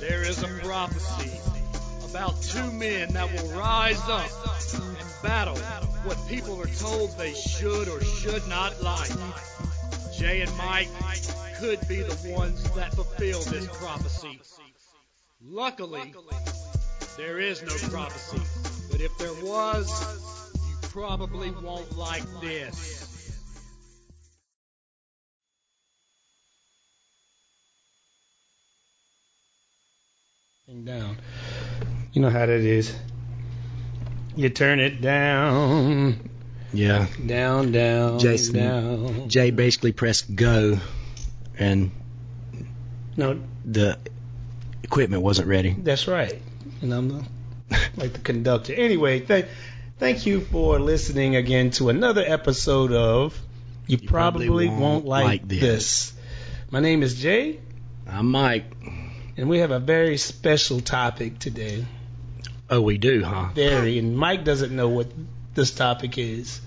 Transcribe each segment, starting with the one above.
There is a prophecy about two men that will rise up and battle what people are told they should or should not like. Jay and Mike could be the ones that fulfill this prophecy. Luckily, there is no prophecy, but if there was, you probably won't like this. down. You know how that is. You turn it down, Yeah. down, down, Jason. down. Jay basically pressed go, and No, the equipment wasn't ready. that's right. And I'm the, like the conductor. Anyway, th- thank you for listening again to another episode of You, Probably probably, Won't won't, like, Like This. this. My name is Jay, I'm Mike. and we have a very special topic today. Oh, we do, huh? Very, and Mike doesn't know what this topic is,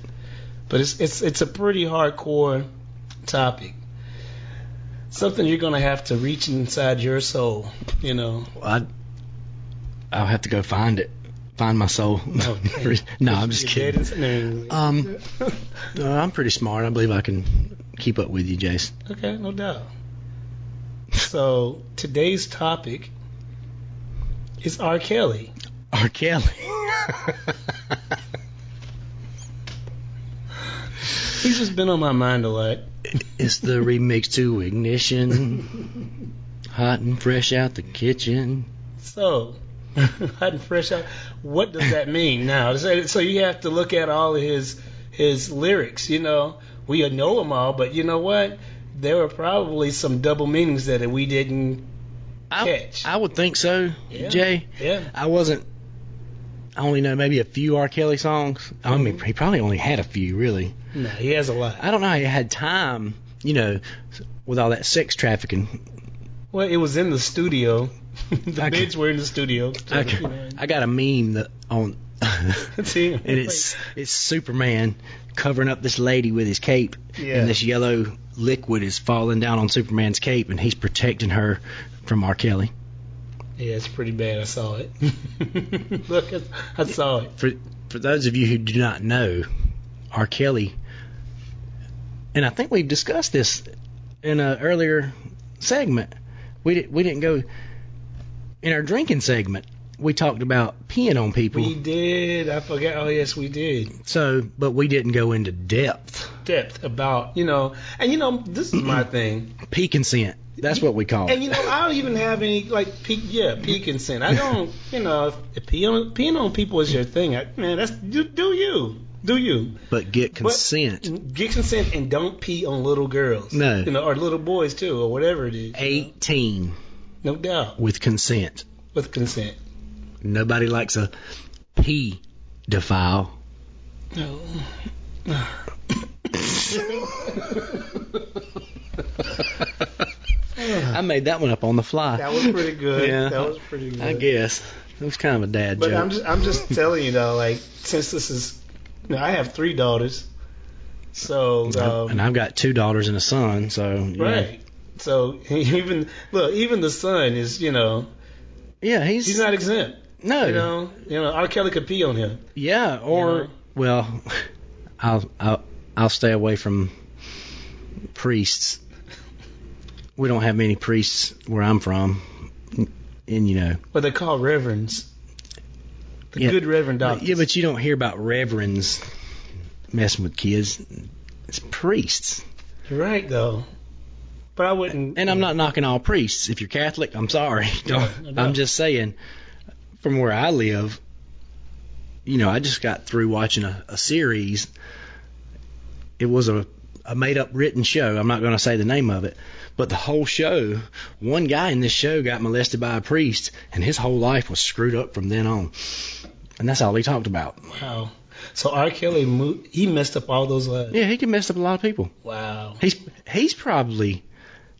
but it's it's it's a pretty hardcore topic. Something you're gonna have to reach inside your soul, you know. I, I'll have to go find it. Find my soul. No, I'm just Your kidding. dead inside- no, Um, no, I'm pretty smart. I believe I can keep up with you, Jason. Okay, no doubt. So today's topic is R. Kelly. R. Kelly. He's just been on my mind a lot. It's the remix to Ignition. Hot and fresh out the kitchen. So, hot and fresh out. What does that mean now? So so you have to look at all of his his lyrics. You know, we know them all, but you know what? There were probably some double meanings that we didn't. I, Catch. I would think so, Yeah. Jay. Yeah, I wasn't. I only know maybe a few R. Kelly songs. I Mm-hmm. mean, he probably only had a few, really. no, he has a lot. I don't know how he had time, you know, with all that sex trafficking. Well, it was in the studio. the Okay. bids were in the studio. So, Okay. you know, I got a meme that on, and see, it's it's Superman covering up this lady with his cape, Yeah. and this yellow liquid is falling down on Superman's cape, and he's protecting her from R. Kelly. yeah, it's pretty bad. I saw it. Look, I- I saw it. for for those of you who do not know, R. Kelly, and I think we've discussed this in an earlier segment. We did, we didn't go in our drinking segment. We talked about peeing on people. We did. I forgot. Oh yes, we did. so, but we didn't go into depth. depth about you know and you know this is my thing Pee consent. That's what we call and it. you know i don't even have any like pee yeah pee consent i don't you know if pee on, peeing on people is your thing I, man that's do, do you do you But get consent. get consent and don't pee on little girls No. you know or little boys too or whatever it is 18 no doubt with consent. with consent Nobody likes a pee defile. no I made that one up on the fly. that was pretty good Yeah. that was pretty good I guess it was kind of a dad But joke. I'm just I'm just telling you though, like since this is, you know, I have three daughters, so um, and I've got two daughters and a son, so yeah. right. So even look, even the son is you know Yeah, he's, he's not exempt. no, You know, you know R. Kelly could pee on him. yeah, or know? well, I'll I'll I'll stay away from priests. We don't have many priests where I'm from, and you know, What they call reverends, the Yeah. good reverend doctors. yeah, but you don't hear about reverends messing with kids. It's priests, you're right though. But I wouldn't. and I'm not knocking all priests. If you're Catholic, I'm sorry. Don't- I know. I'm just saying, from where I live, you know, I just got through watching a, a series. It was a, a made up written show. I'm not going to say the name of it, but the whole show, one guy in this show got molested by a priest, and his whole life was screwed up from then on. And that's all he talked about. Wow. So R. Kelly mo- he messed up all those lives. Yeah, he can mess up a lot of people. Wow. He's he's probably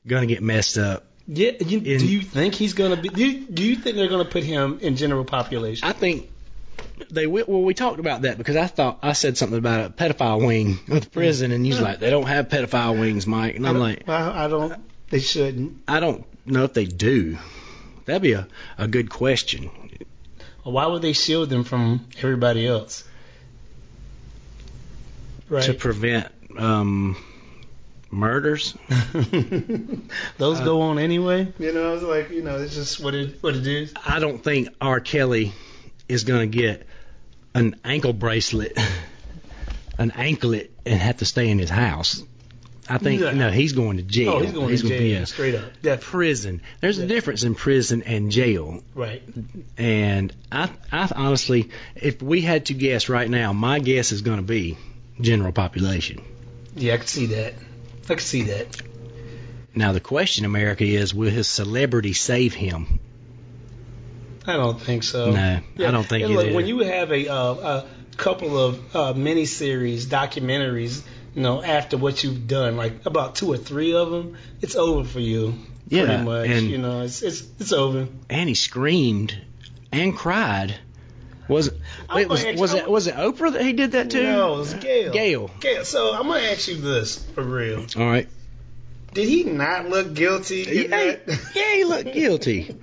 going to get messed up. Yeah. You, In- do you think he's gonna be? Do you, do you think they're gonna put him in general population? I think they will. Well, we talked about that because I thought I said something about a pedophile wing of the prison, and you're like, they don't have pedophile wings, Mike. And I'm like, I, I don't. They shouldn't. I don't know if they do. That'd be a, a good question. Why would they shield them from everybody else? Right. to prevent um, murders. Those Uh, go on anyway. You know, it's like you know, it's just what it what it is. I don't think R. Kelly is going to get an ankle bracelet, an anklet, and have to stay in his house. I think Yeah. no, he's going to jail. Oh, he's going to gonna jail straight up. yeah, prison. There's Yeah. a difference in prison and jail. Right. And I, I honestly, if we had to guess right now, my guess is going to be general population. Yeah, I can see that. I can see that. Now the question, America, is will his celebrity save him? I don't think so. No, I don't think Oh. and it look, is. when you have a, uh, a couple of uh, miniseries, documentaries, you know, after what you've done, like about two or three of them, it's over for you. yeah, pretty much. and you know, it's it's it's over. and he screamed and cried. Was I'm wait, was glad- was I'm- it was it Oprah that he did that to? No, it's Gail. uh, Gail. Gail. So I'm gonna ask you this for real: All right. Did he not look guilty? in Yeah, that? yeah, he looked guilty.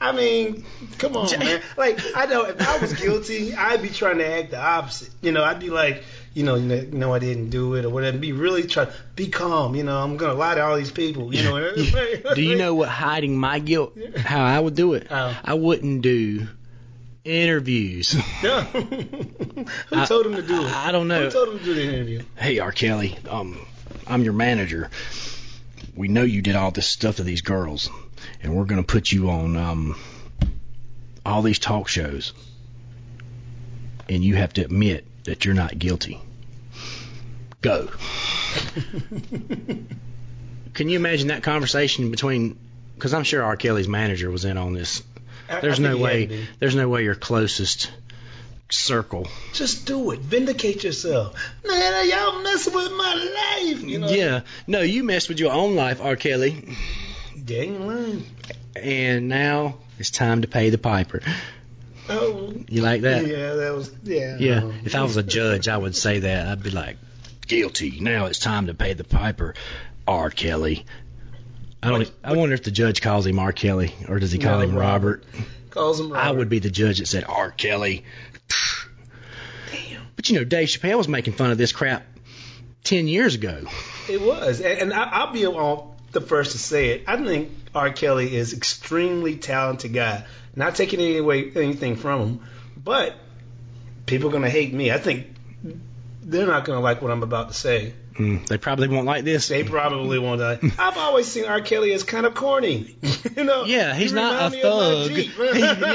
I mean, come on, man. Like, I know if I was guilty, I'd be trying to act the opposite. You know, I'd be like, you know, no, no, I didn't do it or whatever. Be really try, be calm. You know, I'm gonna lie to all these people. You know. Do you know what hiding my guilt? How I would do it? How? I wouldn't do interviews. Yeah. Who I- told him to do it? I don't know. Who told him to do the interview? hey R. Kelly, um, I'm your manager. We know you did all this stuff to these girls, and we're gonna put you on um, all these talk shows, and you have to admit that you're not guilty. Go. Can you imagine that conversation between? Because I'm sure R. Kelly's manager was in on this. I- I There's think no he had way. to be. There's no way your closest circle Just do it. Vindicate yourself. Man, y'all messing with my life. You know. yeah. No, you messed with your own life, R. Kelly. Dang line. And now it's time to pay the piper. Oh. You like Yeah. that? that was. Yeah. Yeah. no. If I was a judge, I would say that. I'd be like, guilty. Now it's time to pay the piper, R. Kelly. I don't. e, I wonder if the judge calls him R. Kelly or does he call No, him Robert? calls him, I would be the judge that said R. Kelly. Damn. But you know, Dave Chappelle was making fun of this crap ten years ago. It was, and, and I, I'll be on the first to say it. I think R. Kelly is extremely talented guy. Not taking any away anything from him, but people are gonna hate me. I think they're not gonna like what I'm about to say. Mm, they probably won't like this. They probably won't. die. I've always seen R. Kelly as kind of corny. you know? Yeah, he's You remind not a me of my thug. Jeep. He-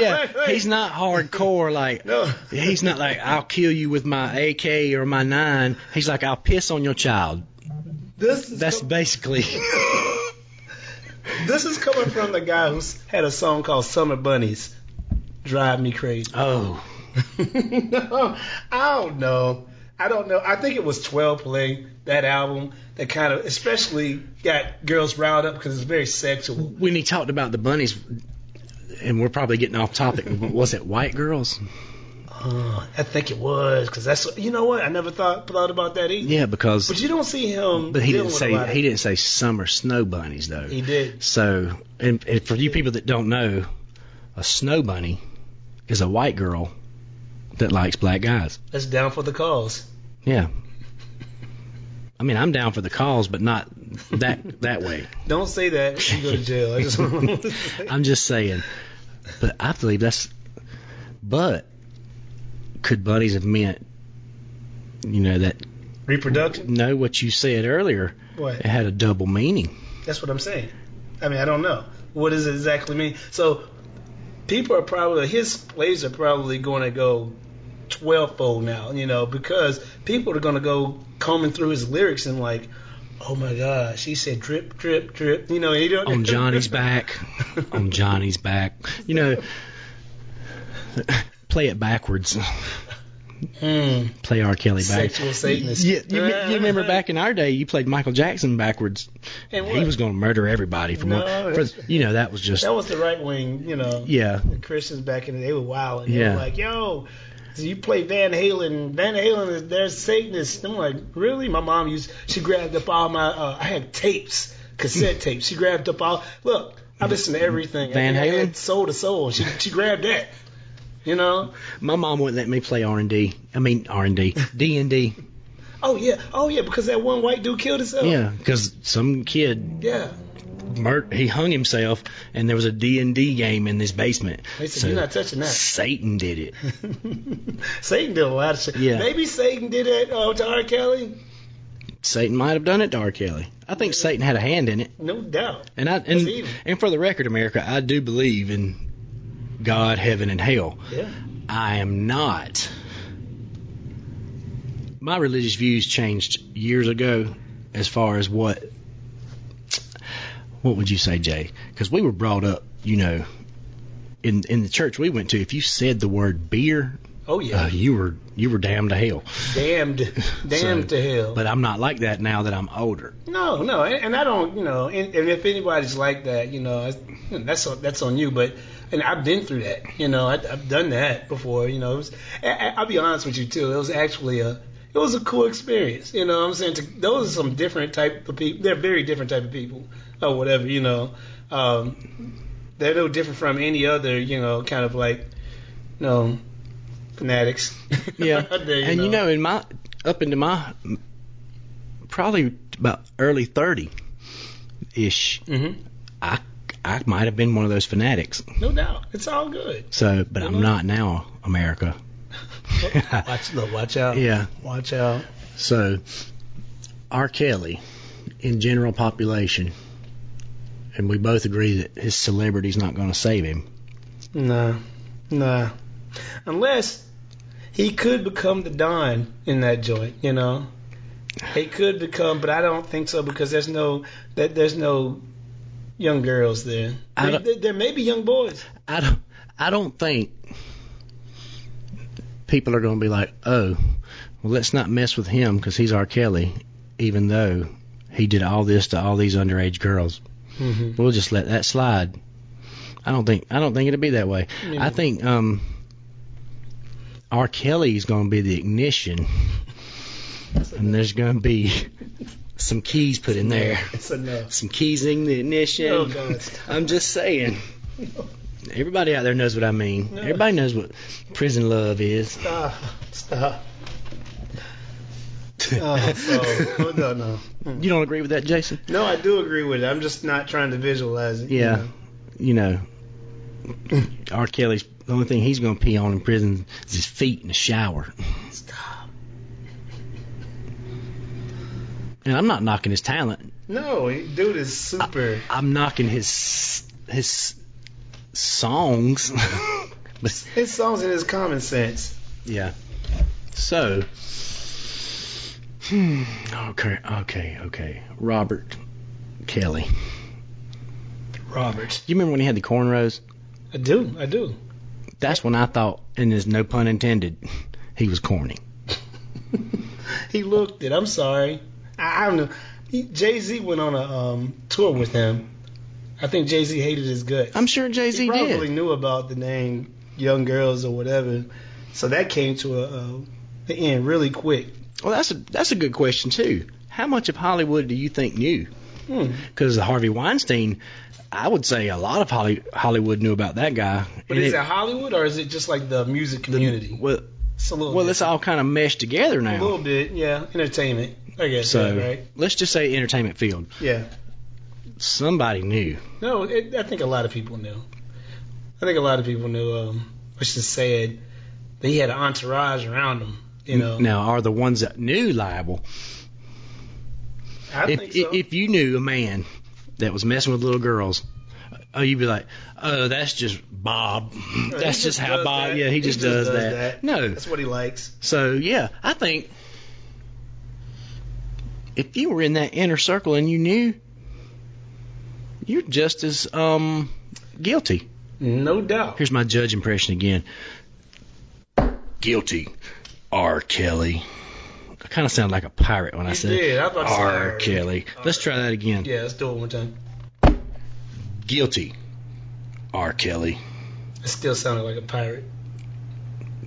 yeah, he's not hardcore. Like No. he's not like I'll kill you with my AK or my nine. He's like I'll piss on your child. This is That's com- basically. this is coming from the guy who's had a song called "Summer Bunnies." Drive me crazy. Oh, no, I don't know. I don't know. I think it was 12 Play, that album, that kind of especially got girls riled up because it's very sexual. when he talked about the bunnies, and we're probably getting off topic. but Was it white girls? Uh-huh. Uh, I think it was because that's what- you know what I never thought thought about that either. Yeah, because But you don't see him. but he dealing didn't with say a lot of- he didn't say summer snow bunnies though. He did. So, and, and for you people that don't know, a snow bunny is a white girl that likes black guys. That's down for the cause. Yeah. I mean, I'm down for the cause, but not that that way. Don't say that. You go to jail. I just want to say. I'm just saying. But I believe that's. But could bunnies have meant, you know, that reproduction. know what you said earlier? What? It had a double meaning. That's what I'm saying. I mean, I don't know. What does it exactly mean? So, people are probably, his plays are probably going to go 12 fold now, you know, because people are going to go combing through his lyrics and, like, oh my gosh, he said drip, drip, drip, you know, you don't. on Johnny's back. On Johnny's back. You know, play it backwards. Mm, Play R. Kelly backwards. sexual Satanist. Yeah, you, me- you remember back in our day, you played Michael Jackson backwards. And He what? was going to murder everybody for, No, one, that's- for you know that was just That was the right wing, you know. yeah. The Christians back in the day were wild. And They Yeah. were like, yo, so you play Van Halen. Van Halen is their Satanist. I'm like, really? My mom used, she grabbed up all my, uh, I had tapes, cassette tapes. She grabbed up all, look, I listen to everything. Van I mean, I Halen? had soul to soul. She, she grabbed that. You know? My mom wouldn't let me play R and D. I mean R and D, D and D. Oh yeah, oh yeah, because that one white dude killed himself. Yeah, because some kid yeah. mur- he hung himself, and there was a D and D game in this basement. They said you're not touching that. Satan did it. Satan did a lot of shit. Yeah. Maybe Satan did that uh, to R. Kelly. Satan might have done it to R. Kelly. I think Satan had a hand in it. No doubt. And I That's and, evil. and for the record, America, I do believe in God, heaven, and hell. Yeah. I am not. My religious views changed years ago, as far as what what would you say, Jay? Because we were brought up, you know, in in the church we went to. If you said the word beer, Oh yeah. uh, you were you were damned to hell. damned, damned So, to hell. But I'm not like that now that I'm older. No, no, and, and I don't, you know, and, and if anybody's like that, you know, it's- you know, that's on, that's on you. But and I've been through that, you know, I, I've done that before, you know. It was, I, I- I'll be honest with you too. It was actually a, it was a cool experience, you know. what I'm saying to, those are some different type of people. They're very different type of people, or whatever, you know. Um, they're no different from any other, you know, kind of like, you know, fanatics. Yeah. They, and you know, in my up into my probably about early 30 ish, Mhm. I I might have been one of those fanatics. no doubt, it's all good. So, but I'm Mhm. not now, America. Watch, look, watch out. Yeah. Watch out. So, R. Kelly, in general population, and we both agree that his celebrity's not going to save him. Nah, nah. Unless he could become the Don in that joint, you know. He could become, but I don't think so because there's no that there's no young girls there. I There, don't- there- there may be young boys. I don't. I don't think people are going to be like, oh, well, let's not mess with him because he's R. Kelly, even though he did all this to all these underage girls. Mm-hmm. We'll just let that slide. I don't think. I don't think it'll be that way. Yeah. I think um, R. Kelly is going to be the ignition, and there's going to be some keys put in there. It's enough. Some keys in the ignition. Oh God. I'm just saying. Everybody out there knows what I mean. No. Everybody knows what prison love is. Stop. Stop. Oh, so, oh, no, no. Mm. You don't agree with that, Jason? No, I do agree with it. I'm just not trying to visualize it. you Yeah. know. You know, R. Kelly's the only thing he's gonna pee on in prison is his feet in the shower. Stop. And I'm not knocking his talent. No, dude is super. I'm knocking his his songs. but His songs and his common sense. yeah. So. Hmm, okay. Okay. Okay. Robert Kelly. Robert. You remember when he had the cornrows? I do, I do. That's when I thought, and there's no pun intended, he was corny. He looked it. I'm sorry. I, I don't know. Jay Z went on a um, tour with him. I think Jay Z hated his guts. I'm sure Jay he Z probably did. knew about the name Young Girls or whatever. So that came to a, uh, the end really quick. Well, that's a that's a good question too. How much of Hollywood do you think knew? Hmm. Because the Harvey Weinstein, I would say a lot of Holly, Hollywood knew about that guy. But And is it, it- Hollywood or is it just like the music community? well, it's a little well, it's all kind of meshed together different. a now. little bit, yeah. Entertainment, I guess. So yeah, right? let's just say entertainment field. Yeah. Somebody knew. No, it, I think a lot of people knew. I think a lot of people knew. Um, which is sad. That he had an entourage around him. You know. Now are the ones that knew liable? I if, think so. if you knew a man that was messing with little girls, oh, you'd be like, oh, that's just Bob. He That's just, how does Bob. that. Yeah, he, just, does, that. No. That's what he likes. So yeah, I think if you were in that inner circle and you knew, you're just as um guilty. No doubt. Here's my judge impression again. Guilty. R. Kelly. I kind of sound like a pirate when I You said did. I was about to say R. R. Kelly. Let's try that again. Yeah, let's do it one time. guilty. R. Kelly. It still sounded like a pirate.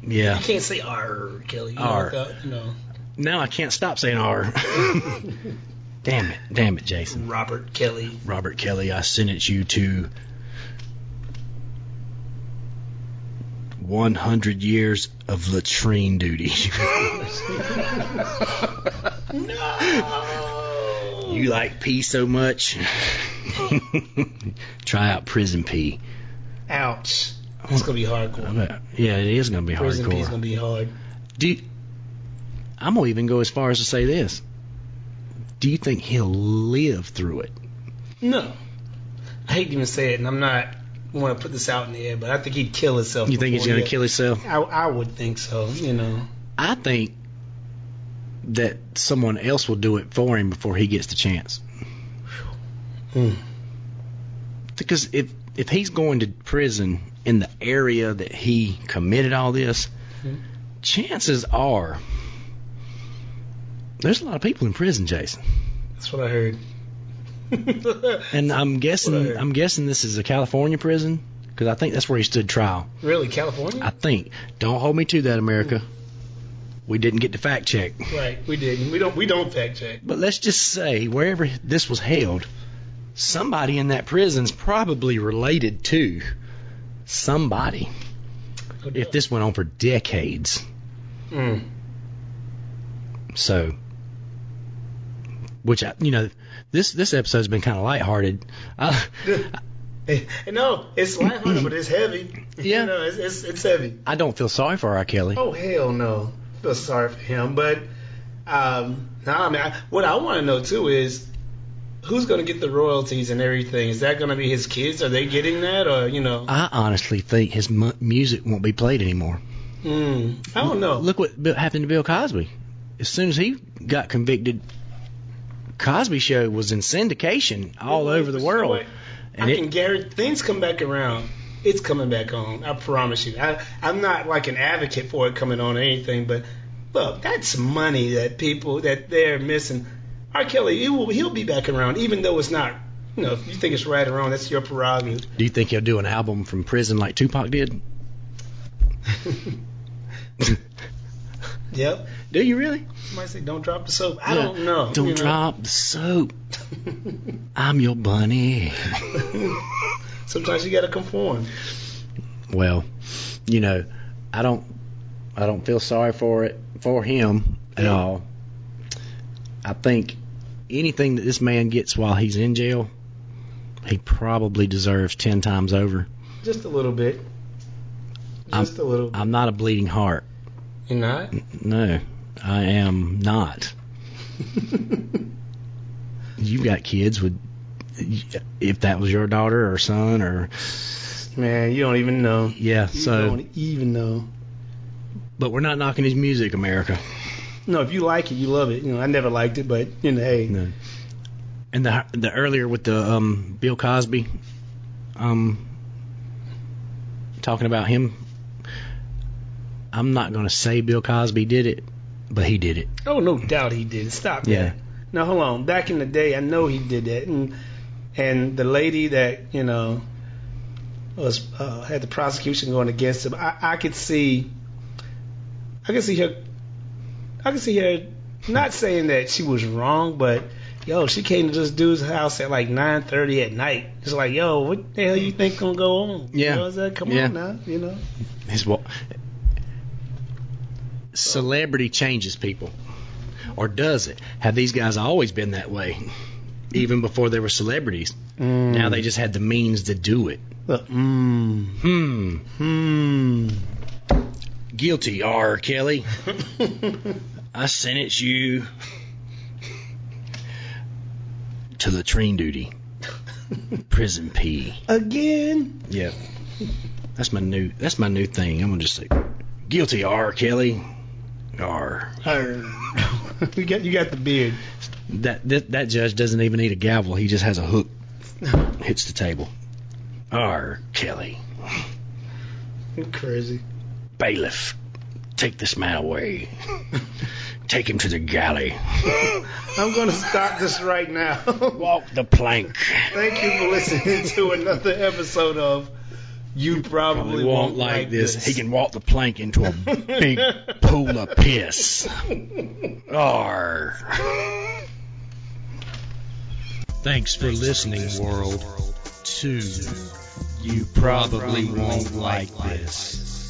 Yeah. You can't say R, Kelly. You R. Know, without, you know. Now I can't stop saying R. Damn it, damn it, Jason. Robert Kelly. Robert Kelly, I sentence you to 100 years of latrine duty. No. you like pee so much? Try out prison pee. Ouch. It's gonna be I hardcore. bet- Yeah, it is going to be Prison P's hardcore. gonna be hard. Do you- I'm going to even go as far as to say this. Do you think he'll live through it? No. I hate to even say it, and I'm not want to put this out in the air, but I think he'd kill himself. You think he's before going to he- kill himself? I, I would think so. You know. I think that someone else will do it for him before he gets the chance. Hmm. Because if if he's going to prison in the area that he committed all this, Mhm. chances are there's a lot of people in prison, Jason. That's what I heard. And I'm guessing Right. I'm guessing this is a California prison because I think that's where he stood trial. really, I California? think. Don't hold me to that, America. We didn't get the fact check. right. We didn't. We don't. We don't fact check. But let's just say wherever this was held, somebody in that prison's probably related to somebody. If this went on for decades, Mm. so which I, you know, this this episode's been kind of lighthearted. I no, it's lighthearted, but it's heavy. Yeah. You know, it's, it's it's heavy. I don't feel sorry for R. Kelly. Oh hell no! I feel sorry for him, but um, nah, I mean, I, what I want to know too is who's going to get the royalties and everything. Is that going to be his kids? Are they getting that, or you know? I honestly think his mu- music won't be played anymore. Mm, I don't know. Look what Bill- happened to Bill Cosby. As soon as he got convicted, Cosby Show was in syndication all over the You know world. what? And I it- can guarantee things come back around. It's coming back on. I promise you. I, I'm not like an advocate for it coming on or anything, but look, that's money that people that they're missing. R. Kelly, he will, he'll be back around, even though it's not. You know, if you think it's right or wrong, that's your prerogative. Do you think he'll do an album from prison like Tupac did? Yep. Do you really? Somebody say, "Don't drop the soap." I Yeah. don't know. Don't you know. drop the soap. I'm your bunny. Sometimes you gotta conform. Well, you know, I don't, I don't feel sorry for it for him at Yeah. all. I think anything that this man gets while he's in jail, he probably deserves ten times over. Just a little bit. I'm- Just a little. bit. I'm not a bleeding heart. You're not. No, I am not. You've got kids with, if that was your daughter or son or Man, you don't even know. yeah. You So, don't e- even know. but we're not knocking his music, America. No, if you like it, you love it. You know, I never liked it, but you know, hey, No. And the the earlier with the um Bill Cosby, um, talking about him. I'm not gonna say Bill Cosby did it, but he did it. oh no doubt he did. Stop Yeah. that. Now hold on. Back in the day, I know he did that, and and the lady that you know was uh, had the prosecution going against him. I, I could see, I could see her, I could see her not saying that she was wrong, but yo, she came to this dude's house at like 9:30 at night. It's like, yo, what the hell you think gonna go on? Yeah. you know, it's like, come Yeah. on now, you know. His wa- celebrity changes people, or does it? Have these guys always been that way? Even before they were celebrities, now they just had the means to do it. Look, mm, Hmm. Hmm. Guilty, R. Kelly. I sentence you to latrine duty, prison pee. Again. Yeah, that's my new that's my new thing. I'm gonna just say guilty, R. Kelly. R. you got you got the beard. That, that that judge doesn't even need a gavel. He just has a hook, hits the table. R. Kelly, You're crazy. bailiff, take this man away. take him to the galley. I'm gonna stop this right now. Walk the plank. Thank you for listening to another episode of You Probably, Probably won't like this. He can walk the plank into a big pool of piss. R. Thanks for listening, world. Two. You probably won't like this.